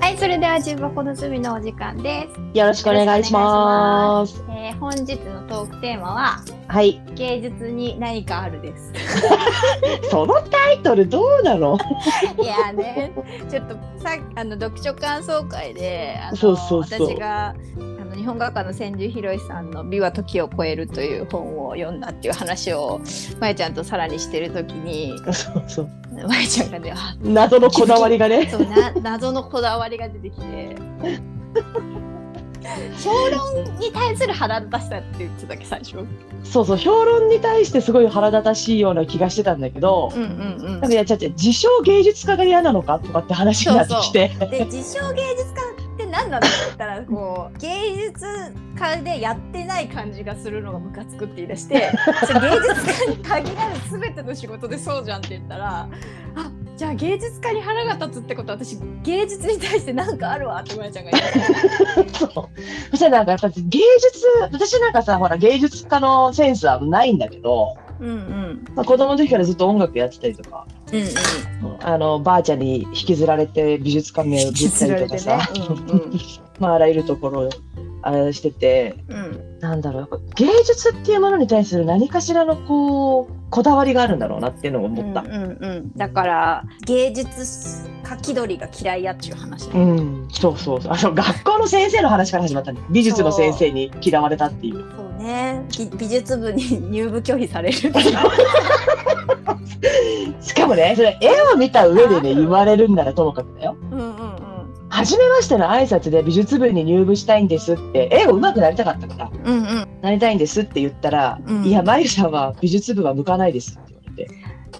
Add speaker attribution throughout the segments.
Speaker 1: はい、それでは重箱の隅のお時間です。
Speaker 2: よろしくお願いします。
Speaker 1: えー、本日のトークテーマは
Speaker 2: はい、
Speaker 1: 芸術に何かあるです。
Speaker 2: そのタイトルどうな の？
Speaker 1: いやね、ちょっとさあの読書感想会で、あの
Speaker 2: そうそうそう
Speaker 1: 私があの日本画家の千住博さんの美は時を超えるという本を読んだっていう話をまやちゃんとさらにしてる時に、
Speaker 2: そうそう。
Speaker 1: まやちゃんがね、あ
Speaker 2: 謎のこだわりがね。
Speaker 1: そうな謎のこだわりが出てきて 評論に対する腹立たしさって言ってたっけ最初うん
Speaker 2: そうそう。評論に対してすごい腹立たしいような気がしてたんだけど、
Speaker 1: うん
Speaker 2: なんかいやちゃって自称芸術家が嫌なのかとかって話になってきて、
Speaker 1: うんで自称芸術家って何なのって言ったらこ う芸術家でやってない感じがするのがムカつくって言い出 してそれ芸術家に限らず全ての仕事でそうじゃんって言ったらあじゃあ芸術家に腹が立つってことは私芸術に対して何かあるわってまやちゃんが言って
Speaker 2: そう。そしたらなんかやっぱ芸術、私なんかさほら芸術家のセンスはないんだけど、
Speaker 1: うんうん
Speaker 2: まあ、子供の時からずっと音楽やってたりとか。
Speaker 1: うんうん
Speaker 2: あのばあちゃんに引きずられて美術館名を出たりとかさ、
Speaker 1: 引きずられてねうんうん
Speaker 2: まああらゆるところをあれしてて
Speaker 1: うん
Speaker 2: なんだろうやっぱ芸術っていうものに対する何かしらのこうこだわりがあるんだろうなっていうのを思った
Speaker 1: うん。うんうん、だから芸術家気取りが嫌いやっちゅう話だ
Speaker 2: う
Speaker 1: よ、
Speaker 2: ん、そうそうそうあの学校の先生の話から始まったね美術の先生に嫌われたっていう
Speaker 1: そうね美美術部に入部拒否される
Speaker 2: しかもねそれ絵を見た上でね言われるんならともかくだよ
Speaker 1: うんうんうん
Speaker 2: 初めましての挨拶で美術部に入部したいんですって絵を上手くなりたかったから
Speaker 1: うんうん
Speaker 2: なりたいんですって言ったら、
Speaker 1: うん
Speaker 2: いや、まゆさんは美術部は向かないですって言われて、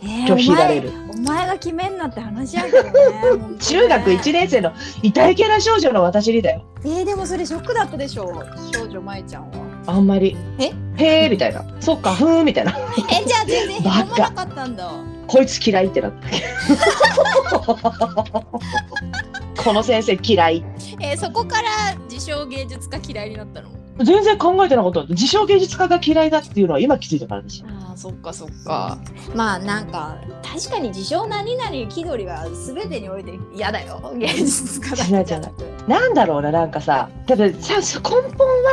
Speaker 1: ねえ
Speaker 2: 拒否られる
Speaker 1: お前お前が決めんなって話やけどね本当ね
Speaker 2: 中学1年生の痛い系な少女の私にだよ。
Speaker 1: えー、でもそれショックだったでしょう少女まえちゃんは
Speaker 2: あんまり。
Speaker 1: え
Speaker 2: へえみたいな。そっか、ふーんみたいな。
Speaker 1: えじゃあ全然
Speaker 2: バカ
Speaker 1: へこまなかったんだ
Speaker 2: こいつ嫌いってなった。この先生嫌い。
Speaker 1: えーそこから自称芸術家嫌いになったの
Speaker 2: 全然考えてなかった。自称芸術家が嫌いだっていうのは今気づいたから私。
Speaker 1: ああそっかそっかまあなんか確かに自称何々気取りは全てにおいて嫌だよ芸術家だけじゃなく
Speaker 2: なんだろうな、なんかさ、たださ、根本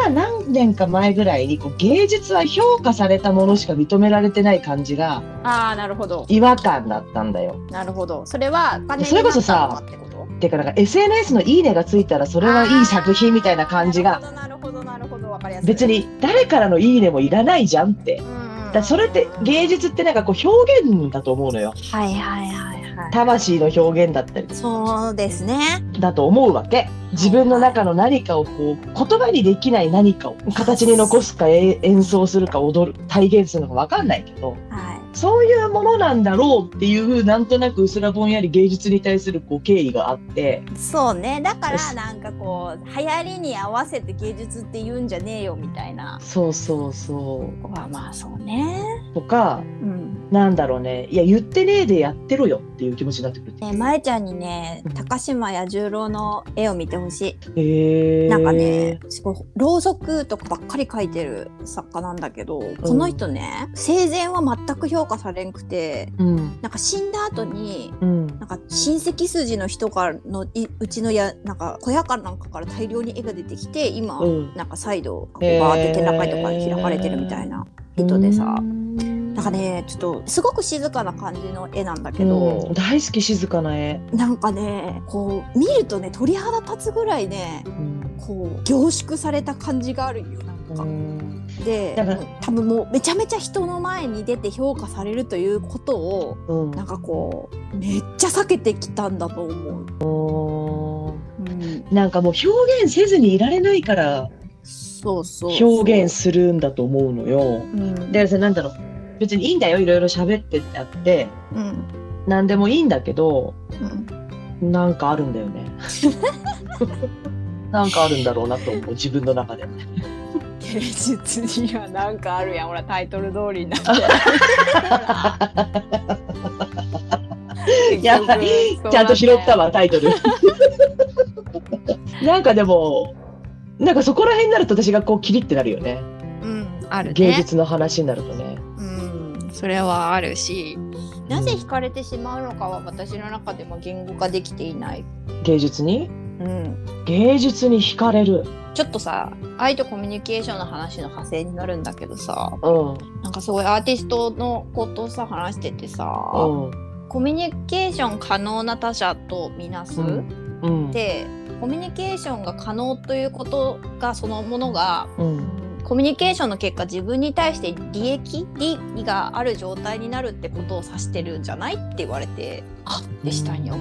Speaker 2: は何年か前ぐらいにこう芸術は評価されたものしか認められてない感じが
Speaker 1: ああなるほど
Speaker 2: 違和感だったんだよ。
Speaker 1: なるほどそれはお金になった
Speaker 2: それこそさ
Speaker 1: のかってこと
Speaker 2: てかなんか SNS の「いいね」がついたらそれはいい作品みたいな感じが
Speaker 1: あーなるほどなるほどなるほどわかりやすい
Speaker 2: 別に誰からの「いいね」もいらないじゃんって
Speaker 1: うんうんうん
Speaker 2: だからそれって芸術ってなんかこう表現だと思うのよ
Speaker 1: はいはいはいはい
Speaker 2: 魂の表現だったり
Speaker 1: そうですね
Speaker 2: だと思うわけ自分の中の何かをこう言葉にできない何かを形に残すかえ演奏するか踊る体現するのか分かんないけど
Speaker 1: は
Speaker 2: そういうものなんだろうっていうなんとなくうすらぼんやり芸術に対するこう敬意があって
Speaker 1: いそうねだか
Speaker 2: よ
Speaker 1: ら
Speaker 2: し
Speaker 1: なんかこう流行りに合わせて芸術って言うんじゃねえよみたいな
Speaker 2: そうそうそう
Speaker 1: はまあそうね
Speaker 2: とか
Speaker 1: うん
Speaker 2: なんだろうね、いや、言ってねえでやってろよっていう気持ちになってくる。
Speaker 1: ね、まえちゃんにね
Speaker 2: うん
Speaker 1: 高島彌十郎の絵を見てほし
Speaker 2: へ
Speaker 1: い
Speaker 2: え。
Speaker 1: なんかね、すごいろうそくとかばっかり描いてる作家なんだけど、この人ね生前は全く評価されんくて
Speaker 2: うん、
Speaker 1: なんか死んだ後に
Speaker 2: うん、
Speaker 1: なんか親戚筋の人からのいうちのやなんか小屋かなんかから大量に絵が出てきて今、
Speaker 2: うん
Speaker 1: なんか再度こう
Speaker 2: へー
Speaker 1: バーって展覧会とかで開かれてるみたいな人でさ。
Speaker 2: うん
Speaker 1: なんか、ねちょっとすごく静かな感じの絵なんだけ
Speaker 2: う
Speaker 1: ど、
Speaker 2: ん、大好き静かな絵。
Speaker 1: なんかねこう見るとね鳥肌立つぐらいね
Speaker 2: うん
Speaker 1: こう凝縮された感じがあるんよなんか。で
Speaker 2: だから
Speaker 1: 多分もうめちゃめちゃ人の前に出て評価されるということを
Speaker 2: うん、
Speaker 1: なんかこうめっちゃ避けてきたんだと思う。うん、
Speaker 2: なんかもう表現せずにいられないから
Speaker 1: そうそうそう
Speaker 2: 表現するんだと思うのよ。
Speaker 1: うん
Speaker 2: で、さ、なんだろう、別にいいんだよ、いろいろ喋ってってあって、
Speaker 1: うん
Speaker 2: なんでもいいんだけど、
Speaker 1: うん、
Speaker 2: なんかあるんだよ ね。なんかあるんだろうなと思う、自分の中で。
Speaker 1: 芸術にはなんかあるやんほらタイトル通りになって
Speaker 2: いや
Speaker 1: 結局そう
Speaker 2: ちゃんと拾った
Speaker 1: わ
Speaker 2: わ、タイトル。なんかでも、なんかそこら辺になると私がこうキリってなるよね。
Speaker 1: うんあるね
Speaker 2: 芸術の話になるとね。
Speaker 1: うん、それはあるしなぜ
Speaker 2: うん
Speaker 1: 惹かれてしまうのかは私の中でも言語化できていない、
Speaker 2: 芸術に
Speaker 1: うん、
Speaker 2: 芸術に惹かれる。
Speaker 1: ちょっとさ愛とコミュニケーションの話の派生になるんだけどさ
Speaker 2: うん。
Speaker 1: なんかすごいアーティストのことをさ話しててさ、
Speaker 2: うん。
Speaker 1: コミュニケーション可能な他者とみなす、
Speaker 2: うん。
Speaker 1: でコミュニケーションが可能ということがそのものが
Speaker 2: うん。
Speaker 1: コミュニケーションの結果自分に対して利益利益がある状態になるってことを指してるんじゃないって言われてはっでしたんよ。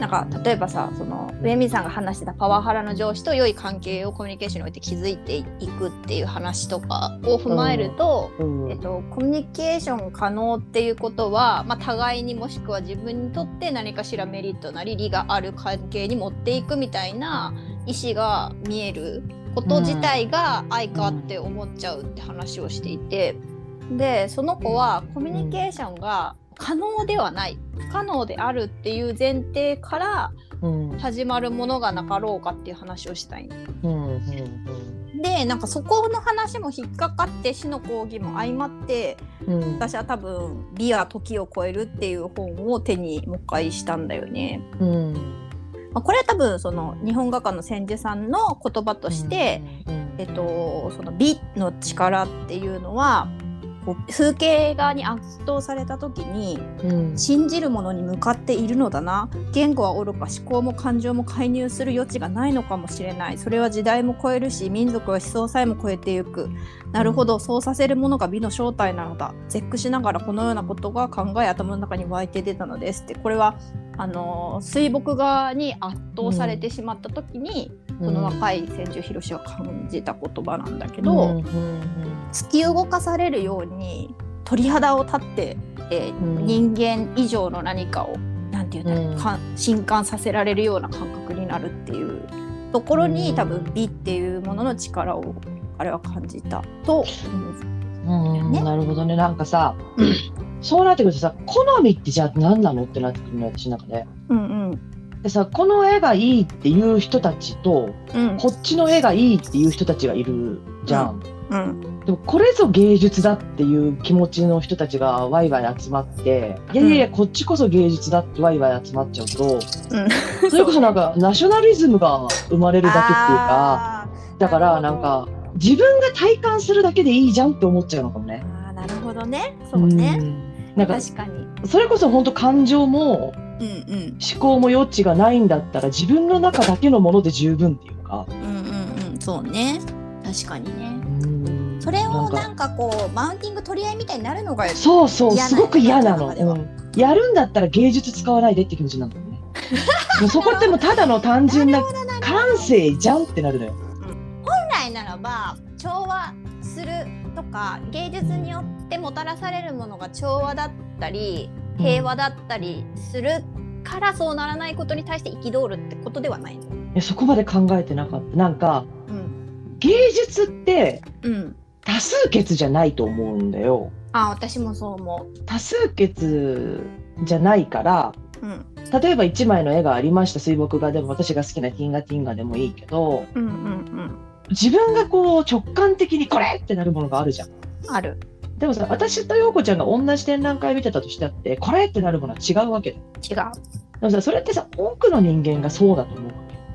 Speaker 1: なんか例えばさその上水さんが話してたパワハラの上司と良い関係をコミュニケーションにおいて築いていくっていう話とかを踏まえると、
Speaker 2: うん
Speaker 1: えっと、コミュニケーション可能っていうことは、まあ、互いにもしくは自分にとって何かしらメリットなり利がある関係に持っていくみたいな意思が見えること自体が愛かって思っちゃうって話をしていてでその子はコミュニケーションが可能ではない不可能であるっていう前提から
Speaker 2: うん。うん。
Speaker 1: 始まるものがなかろうかっていう話をしたいん
Speaker 2: うん。うん。
Speaker 1: でなんかそこの話も引っかかって死の講義も相まって
Speaker 2: うん。
Speaker 1: 私は多分「美は時を超える」っていう本を手にもう一回したんだよね。
Speaker 2: うん。
Speaker 1: まあ、これは多分その日本画家の千住さんの言葉として、、えっと、その美の力っていうのはこう風景画に圧倒された時に
Speaker 2: うん。
Speaker 1: 信じるものに向かっているのだな言語はおろか思考も感情も介入する余地がないのかもしれないそれは時代も超えるし民族は思想さえも超えてゆくなるほどそうさせるものが美の正体なのだ絶句しながらこのようなことが考え頭の中に湧いて出たのですってこれはあの水墨画に圧倒されてしまった時に、この若い千住博士は感じた言葉なんだけど。
Speaker 2: うん。うん。
Speaker 1: 突き動かされるように鳥肌を立って、えー
Speaker 2: うん
Speaker 1: 人間以上の何かをなんていうんだろう、
Speaker 2: うん
Speaker 1: か震撼させられるような感覚になるっていうところに、
Speaker 2: うん
Speaker 1: 多分美っていうものの力をあれは感じたと思う
Speaker 2: うん
Speaker 1: ね
Speaker 2: なるほどね。なんかさ、そうなってくるとさ、好みってじゃあ何なのってなってくるの、私なんかね。
Speaker 1: うんうん
Speaker 2: でさ、この絵がいいっていう人たちと、
Speaker 1: うん
Speaker 2: こっちの絵がいいっていう人たちがいるじゃん。
Speaker 1: うん
Speaker 2: でも、これぞ芸術だっていう気持ちの人たちがワイワイ集まって、いやいやいや、こっちこそ芸術だってワイワイ集まっちゃうと、 それこそなんか、ナショナリズムが生まれるだけっていうか、
Speaker 1: あー
Speaker 2: だから
Speaker 1: な
Speaker 2: な
Speaker 1: る
Speaker 2: ん
Speaker 1: ほど
Speaker 2: か、自分が体感するだけでいいじゃんって思っちゃうのかもね。
Speaker 1: あーなるほどねそうね、
Speaker 2: んなんか
Speaker 1: 確かに
Speaker 2: それこそ本当感情も
Speaker 1: うん
Speaker 2: 思考も余地がないんだったら自分の中だけのもので十分っていうか。
Speaker 1: うんうんうんうんそうね確かにね
Speaker 2: うん
Speaker 1: それをな
Speaker 2: な
Speaker 1: ん
Speaker 2: か
Speaker 1: んかこうマウンティング取り合いみたいになるのが
Speaker 2: そうそう
Speaker 1: 嫌な
Speaker 2: すごく嫌な
Speaker 1: 世の
Speaker 2: の、
Speaker 1: 中では
Speaker 2: うんやるんだったら芸術使わないでって気持ちなんだよ ね。もうそこってもうただの単純な感性じゃんってなるのよ。
Speaker 1: 本来ならば調和するとか芸術によってもたらされるものが調和だったり平和だったりするからそうならないことに対して憤るってことではないの。
Speaker 2: いやそこまで考えてなかった。なんか
Speaker 1: うん
Speaker 2: 芸術って
Speaker 1: うん、
Speaker 2: 多数決じゃないと思うんだよ。
Speaker 1: あ私もそう思
Speaker 2: 多数決じゃないから
Speaker 1: う。うん
Speaker 2: 例えば1枚の絵がありました水墨画でも私が好きなティンガティンガでもいいけど
Speaker 1: うんうん
Speaker 2: 自分がこう直感的にこれってなるものがあるじゃん。
Speaker 1: うん、ある
Speaker 2: でもさ私と陽子ちゃんが同じ展覧会見てたとしたってこれってなるものは違うわけだよ
Speaker 1: 違う。
Speaker 2: でもさそれってさ多くの人間がそうだと思う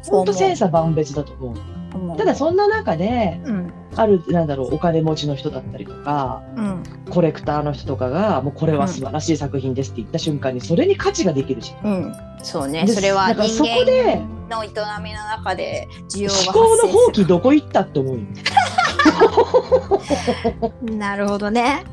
Speaker 2: ほんと千差万別だと思う
Speaker 1: 思う
Speaker 2: ただそんな中で
Speaker 1: うん
Speaker 2: あるなんだろうお金持ちの人だったりとか
Speaker 1: うん
Speaker 2: コレクターの人とかがもうこれは素晴らしい作品ですって言った瞬間にそれに価値ができるじゃん
Speaker 1: うん、そうね
Speaker 2: で
Speaker 1: それは
Speaker 2: だから
Speaker 1: 人
Speaker 2: そこ
Speaker 1: 間
Speaker 2: で
Speaker 1: の営みの中で需要が
Speaker 2: 思
Speaker 1: 発
Speaker 2: 考の
Speaker 1: 生する
Speaker 2: 放棄どこ行ったって思うよ
Speaker 1: なるほどね。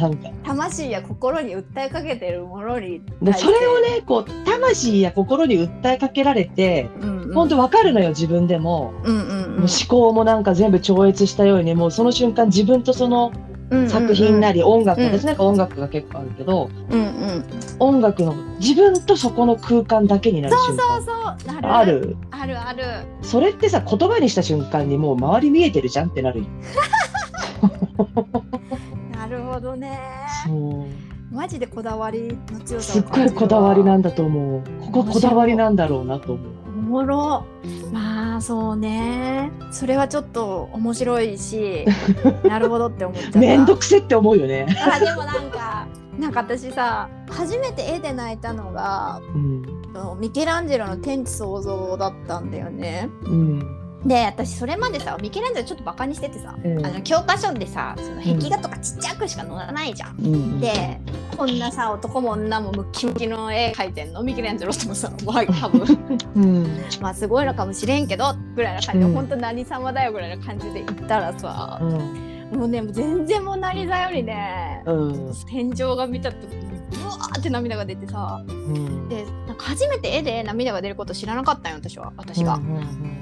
Speaker 2: なんか
Speaker 1: 魂や心に訴えかけてるものに
Speaker 2: で
Speaker 1: 対して
Speaker 2: それをねこう魂や心に訴えかけられて、
Speaker 1: うんうん、
Speaker 2: 本当わかるのよ自分でも,、
Speaker 1: うんうんうん
Speaker 2: もう思考もなんか全部超越したようにもうその瞬間自分とその
Speaker 1: うんうんうん
Speaker 2: 作品なり音楽、
Speaker 1: うん
Speaker 2: 私なんか音楽が結構あるけど、
Speaker 1: うんうん
Speaker 2: 音楽の自分とそこの空間だけになる瞬
Speaker 1: そう
Speaker 2: 間
Speaker 1: そうなる
Speaker 2: ある
Speaker 1: あるある
Speaker 2: それってさ言葉にした瞬間にもう周り見えてるじゃんってなるよ
Speaker 1: なるほどね
Speaker 2: そう
Speaker 1: マジでこだわりの強さ
Speaker 2: す
Speaker 1: を
Speaker 2: っごいこだわりなんだと思うこここだわりなんだろうなと思う。
Speaker 1: おもろまあそうねそれはちょっと面 白いしなるほどって思っちゃった
Speaker 2: めんどくせって思うよね。
Speaker 1: あでもなんかなんか私さ初めて絵で泣いたのが
Speaker 2: うん
Speaker 1: あのミケランジェロの天地創造だったんだよね。
Speaker 2: うん
Speaker 1: で私それまでさミケランジェロちょっとバカにしててさ
Speaker 2: うん
Speaker 1: あの教科書でさその壁画とかちっちゃくしか載らないじゃん。
Speaker 2: うん
Speaker 1: でこんなさ男も女もムッキムキの絵描いてんのミケランジェロってもさ わ多分
Speaker 2: うん
Speaker 1: まあすごいのかもしれんけどぐらいな感じで、
Speaker 2: うん
Speaker 1: ほんと何様だよぐらいな感じで行ったらさ
Speaker 2: うん
Speaker 1: もうね全然もう何座よりね
Speaker 2: うん
Speaker 1: 天井が見たってブワーって涙が出てさ
Speaker 2: うん
Speaker 1: でなんか初めて絵で涙が出ること知らなかったんよ私は私
Speaker 2: う
Speaker 1: が、
Speaker 2: ん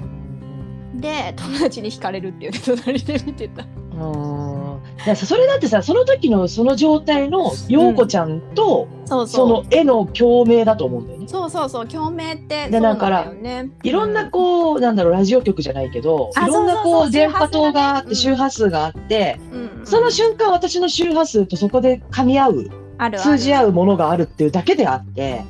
Speaker 1: で友達に惹かれるって言って隣で見てた
Speaker 2: うんうんうんだからさそれだってさその時のその状態の陽子ちゃんと
Speaker 1: そう
Speaker 2: そ
Speaker 1: そう
Speaker 2: の絵の共鳴だと思うんだよね。
Speaker 1: そうそうそう共鳴って
Speaker 2: で
Speaker 1: そうなん
Speaker 2: だから
Speaker 1: だよね
Speaker 2: いろんなこうなんだろうラジオ局じゃないけどい
Speaker 1: あ
Speaker 2: ろんな
Speaker 1: そ
Speaker 2: こ
Speaker 1: うそうそう
Speaker 2: う電波塔があって
Speaker 1: 周
Speaker 2: 周波数があって
Speaker 1: うん、うん
Speaker 2: その瞬間私の周波数とそこで噛み合う
Speaker 1: あるある
Speaker 2: 通じ合うものがあるっていうだけであって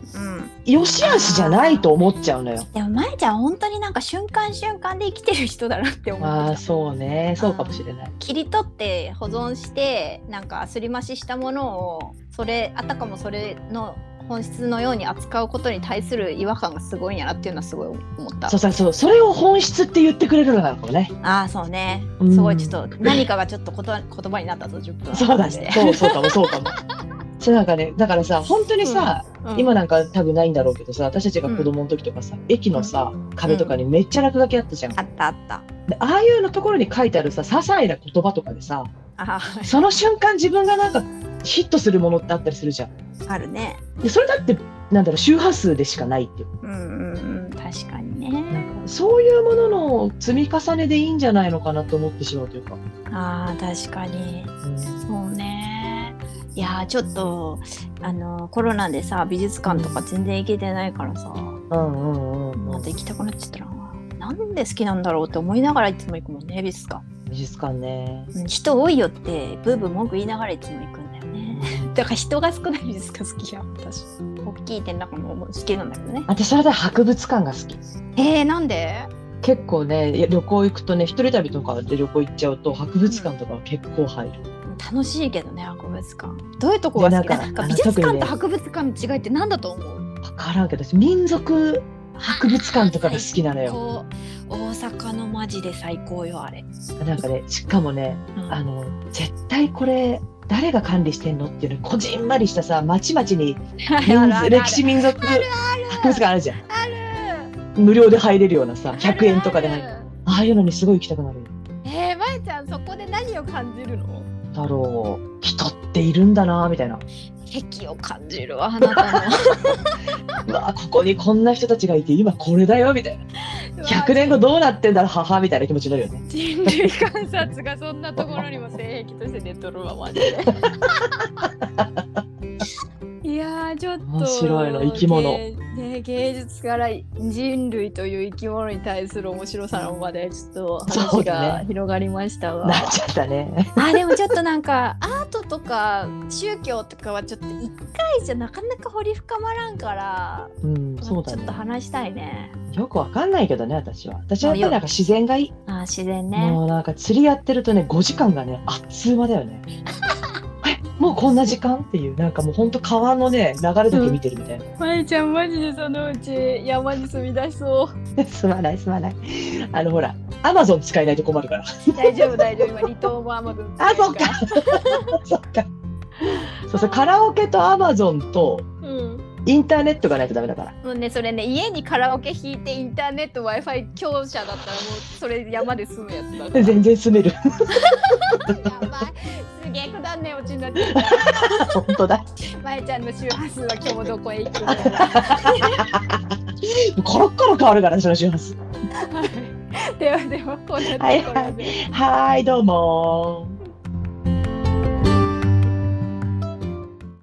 Speaker 1: うん
Speaker 2: よし悪しじゃないと思っちゃうのよ。
Speaker 1: でもまえちゃん本当になんか瞬間瞬間で生きてる人だなって思っ
Speaker 2: ああ
Speaker 1: てた
Speaker 2: そうねそうかもしれない。
Speaker 1: 切り取って保存してなんかすり増ししたものをそれあたかもそれの本質のように扱うことに対する違和感がすごいんやなっていうのはすごい思った
Speaker 2: そうさそうそれを本質って言ってくれるのなのかもね。
Speaker 1: ああそうね
Speaker 2: うん
Speaker 1: すごいちょっと何かがちょっとこと言葉になったぞ10分
Speaker 2: そうだ
Speaker 1: 話して
Speaker 2: ね。そうそうかもそう かも。そうなんかねだからさ本当にさ、
Speaker 1: うん
Speaker 2: 今なんか多分ないんだろうけどさ私たちが子供の時とかさ、駅のさ壁とかにめっちゃ落書きあったじゃん。
Speaker 1: あったあった
Speaker 2: でああいうのところに書いてあるさ些細な言葉とかでさ
Speaker 1: あー
Speaker 2: その瞬間自分がなんかヒットするものってあったりするじゃん。
Speaker 1: あるね
Speaker 2: でそれだってなんだろう周波数でしかないっていう
Speaker 1: うんうんうん確かにね
Speaker 2: そういうものの積み重ねでいいんじゃないのかなと思ってしまうというか。
Speaker 1: ああ確かにそうね。いやーちょっとあのコロナでさ美術館とか全然行けてないからさ
Speaker 2: うんうんうんう
Speaker 1: ま
Speaker 2: ん
Speaker 1: た行きたくなっちゃったな。なんで好きなんだろうって思いながらいつも行くもんね美術館。
Speaker 2: 美術館ね。
Speaker 1: うん人多いよってブーブー文句言いながらいつも行くんだよね。だから人が少ない美術館好きや私。大きい展覧会も好きなんだけどね。
Speaker 2: 私それで博物館が好き。
Speaker 1: えー、なんで
Speaker 2: 結構ねいや旅行行くとね一人旅とかで旅行行っちゃうと博物館とかは結構入る。
Speaker 1: 楽しいけどね博物館。どういうとこが好き
Speaker 2: で
Speaker 1: な
Speaker 2: なんん
Speaker 1: か
Speaker 2: かあ
Speaker 1: 美
Speaker 2: の
Speaker 1: 術
Speaker 2: 特
Speaker 1: 館
Speaker 2: に
Speaker 1: と
Speaker 2: ね
Speaker 1: 博物館の違いって何だと思う
Speaker 2: わからんけど私民族博物館とかが好きなのよ。
Speaker 1: こう大阪のマジで最高よあれ。
Speaker 2: なんかねしかもね
Speaker 1: うん
Speaker 2: あの絶対これ誰が管理してんのっていうのこじんまりしたさまちまちに
Speaker 1: あ
Speaker 2: 民
Speaker 1: るあるある
Speaker 2: 歴史民族博物館あるじゃん
Speaker 1: ある
Speaker 2: 無料で入れるようなさ100円とかで入る
Speaker 1: ある
Speaker 2: ああいうのにすごい行きたくなるよ
Speaker 1: えー、まえちゃんそこで何を感じるの
Speaker 2: だろう人っているんだなみたいな
Speaker 1: 癖を感じるわあなた
Speaker 2: うわここにこんな人たちがいて今これだよみたいな
Speaker 1: の
Speaker 2: 100年後どうなってんだろう母みたいな気持ちになるよね
Speaker 1: 人類観察がそんなところにも性癖として出とるわマジ でいやーちょっと
Speaker 2: 面白いの生き物
Speaker 1: 芸ね、芸術から人類という生き物に対する面白さのまでちょっと
Speaker 2: そ
Speaker 1: 話
Speaker 2: うだ
Speaker 1: が
Speaker 2: ね
Speaker 1: 広がりましたが、
Speaker 2: な っちゃったね
Speaker 1: あでもちょっとなんかアートとか宗教とかはちょっと一回じゃなかなか掘り深まらんから
Speaker 2: うんそうだ
Speaker 1: ちょっと
Speaker 2: ね
Speaker 1: 話したいね
Speaker 2: よくわかんないけどね私は私はやっぱりなんか自然がいい
Speaker 1: あ自然ね
Speaker 2: もうなんか釣りやってるとね5時間がねあっつう間だ よねえもうこんな時間っていうなんかもうほんと川のね流れだけ見てるみたいな、
Speaker 1: まゆちゃんマジでそのうち山に住み出しそう
Speaker 2: すまないすまないあのほらアマゾン使えないと困 るから
Speaker 1: 大丈夫大丈夫今離島もアマゾン
Speaker 2: あそっかそっかそうそうカラオケとアマゾンと
Speaker 1: うん
Speaker 2: インターネットがないとダメだから
Speaker 1: もうねそれね家にカラオケ弾いてインターネット w i f i 強者だったらもうそれ山で住むやつだ から
Speaker 2: 全然住 める
Speaker 1: やばいすげえくだんねえオチになっちゃっ
Speaker 2: 本当だ
Speaker 1: たまゆちゃんの周波数は今日もどこへ行くの
Speaker 2: コロッコロ変わるからその周波数
Speaker 1: はいではではこんなところで。
Speaker 2: はいはいどうもー